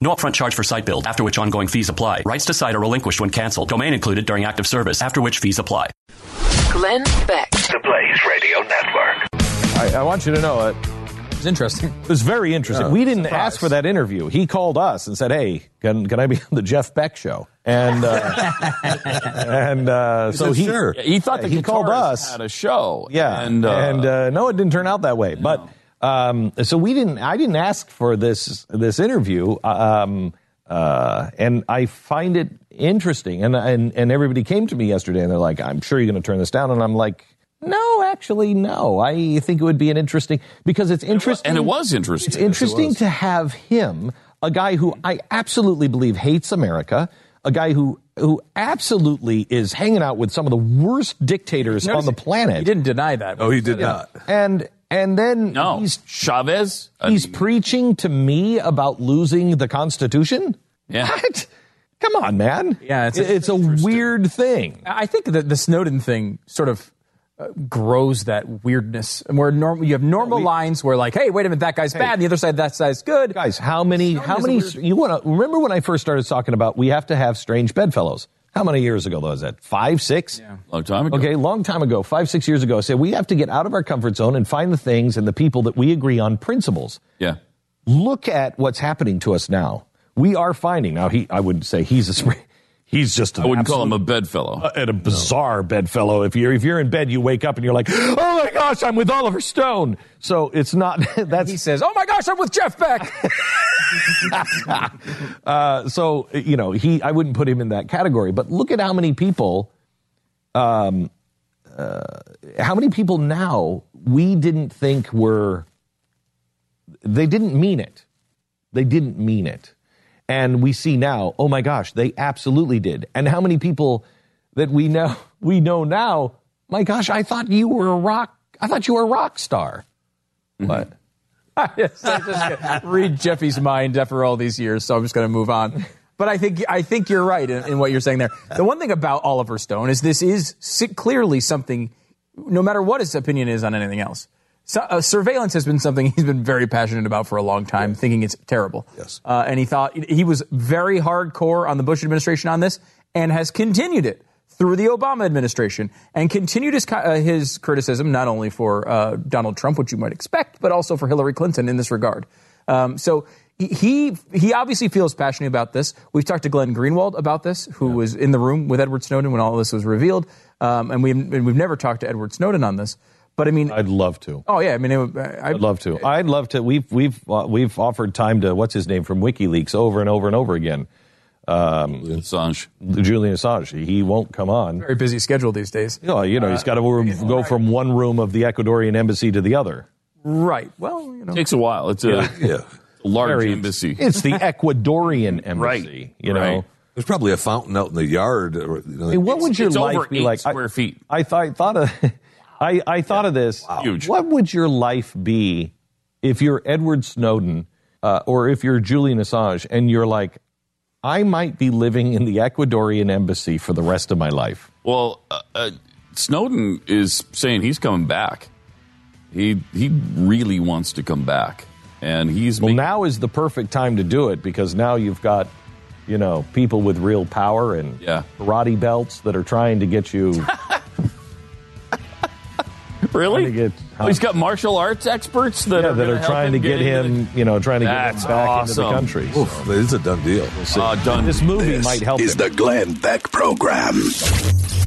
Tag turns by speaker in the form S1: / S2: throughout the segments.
S1: No upfront charge for site build, after which ongoing fees apply. Rights to site are relinquished when canceled. Domain included during active service, after which fees apply.
S2: Glenn Beck. The Blaze Radio Network.
S3: I, I want you to know it.
S4: It's interesting.
S3: It was very interesting.
S4: Oh,
S3: we didn't
S4: surprise.
S3: ask for that interview. He called us and said, "Hey, can, can I be on the Jeff Beck show?" And uh, and uh, so he
S4: Yeah, He thought the
S3: he called
S4: guitarist
S3: us.
S4: had a show.
S3: yeah,
S4: and, uh,
S3: and uh, no, it didn't turn out that way. But um, so we didn't. I didn't ask for this this interview. Um, uh, and I find it interesting. And and and everybody came to me yesterday, and they're like, "I'm sure you're going to turn this down," and I'm like. No, actually, no. I think it would be an interesting because it's interesting,
S4: and it was interesting.
S3: It's interesting to have him, a guy who I absolutely believe hates America, a guy who who absolutely is hanging out with some of the worst dictators on the planet.
S4: He didn't deny that.
S5: Oh, he did not.
S3: And and then
S4: No,
S3: he's
S4: Chavez. I
S3: he's
S4: mean,
S3: preaching to me about losing the Constitution.
S4: Yeah.
S3: What? Come on, man.
S6: Yeah, it's-
S3: it's, it's a weird thing.
S6: I think that the Snowden thing sort of uh, grows that weirdness, and where normal you have normal lines where like, hey, wait a minute, that guy's bad, and the other side that side's good.
S3: Guys, how many? How many? You want to remember when I first started talking about we have to have strange bedfellows? How many years ago was that? Five, six?
S4: long time ago.
S3: Okay, long time ago, five, six years ago, I said we have to get out of our comfort zone and find the things and the people that we agree on principles.
S4: Yeah.
S3: Look at what's happening to us now. We are finding now. He, I would say, he's a spr- he's just. An
S4: I wouldn't call him
S3: absolute-
S4: a bedfellow.
S3: at a bizarre bedfellow. If you're if you're in bed, you wake up and you're like, oh my gosh, I'm with Oliver Stone. So it's not
S6: He
S3: that's
S6: says, oh my gosh, I'm with Jeff Beck.
S3: uh, so you know he I wouldn't put him in that category. But look at how many people, um, uh, how many people now we didn't think were they didn't mean it, they didn't mean it, and we see now, oh my gosh, they absolutely did. And how many people that we know we know now, my gosh, I thought you were a rock, I thought you were a rock star. What?
S6: Yes, I just read Jeffy's mind after all these years, so I'm just going to move on. But I think I think you're right in, in what you're saying there. The one thing about Oliver Stone is this is si- clearly something, no matter what his opinion is on anything else. So, uh, surveillance has been something he's been very passionate about for a long time, thinking it's terrible. Yes, uh, and he thought he was very hardcore on the Bush administration on this, and has continued it through the Obama administration and continued his, co- uh, his criticism not only for uh, Donald Trump, which you might expect, but also for Hillary Clinton in this regard. Um, so he- he he obviously feels passionately about this. We've talked to Glenn Greenwald about this, who was in the room with Edward Snowden when all this was revealed, um, and we and we've never talked to Edward Snowden on this. But I mean,
S3: I'd love to.
S6: oh yeah, I mean, it, would- I,
S3: I'd love to. I'd love to. We've we've uh, we've offered time to what's his name from WikiLeaks over and over and over again. Um,
S4: Assange.
S3: Julian Assange. He won't come on.
S6: very busy schedule these days. Uh,
S3: Oh, you know, he's got to go from one room of the Ecuadorian embassy to the other.
S6: Right. Well, you know,
S4: Takes a while. It's a,
S5: Yeah.
S4: large
S3: Very-
S4: embassy.
S3: It's the Ecuadorian embassy.
S4: Right.
S3: You know.
S4: Right.
S5: There's probably a fountain out in the yard. Or, you know,
S3: Hey, what would your
S4: it's
S3: life
S4: over
S3: be
S4: eight
S3: like?
S4: square
S3: I,
S4: feet.
S3: I thought I thought of I, I thought of this.
S4: Huge.
S3: What would your life be if you're Edward Snowden uh, or if you're Julian Assange and you're like, I might be living in the Ecuadorian embassy for the rest of my life.
S4: Well, uh, uh, Snowden is saying he's coming back. He he really wants to come back, and he's
S3: Well,
S4: making-
S3: now is the perfect time to do it because now you've got, you know, people with real power and
S4: Yeah.
S3: karate belts that are trying to get you.
S4: Really? Oh, he's got martial arts experts that
S7: Yeah,
S4: are,
S7: that
S4: gonna
S7: are
S4: help
S7: trying to
S4: get
S7: get
S4: into
S7: him, you know, trying to get
S4: That's
S7: him back into
S4: awesome.
S7: the country.
S8: Oof, it's a done deal.
S4: Uh, done.
S7: This movie
S5: This
S7: might help.
S5: is
S7: him.
S5: the Glenn Beck program.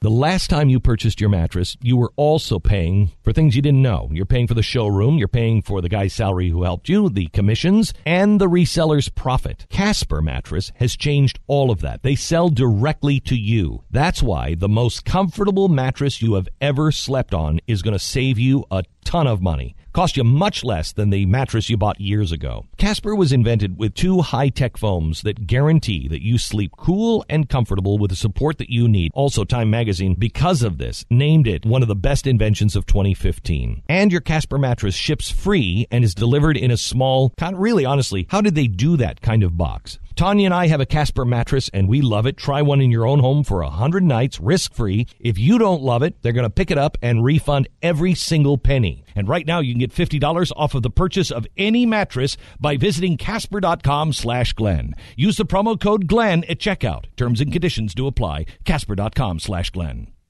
S3: The last time you purchased your mattress, you were also paying for things you didn't know. You're paying for the showroom, you're paying for the guy's salary who helped you, the commissions, and the reseller's profit. Casper Mattress has changed all of that. They sell directly to you. That's why the most comfortable mattress you have ever slept on is going to save you a ton of money. Cost you much less than the mattress you bought years ago. Casper was invented with two high tech foams that guarantee that you sleep cool and comfortable with the support that you need. Also, Time Magazine, because of this, named it one of the best inventions of 2015. And your Casper mattress ships free and is delivered in a small, kind of really honestly, how did they do that kind of box? Tanya and I have a Casper mattress and we love it. Try one in your own home for 100 nights risk free. If you don't love it, they're going to pick it up and refund every single penny. And right now you can get $50 off of the purchase of any mattress by visiting casper.com slash Glenn. Use the promo code Glenn at checkout. Terms and conditions do apply. Casper.com slash Glenn.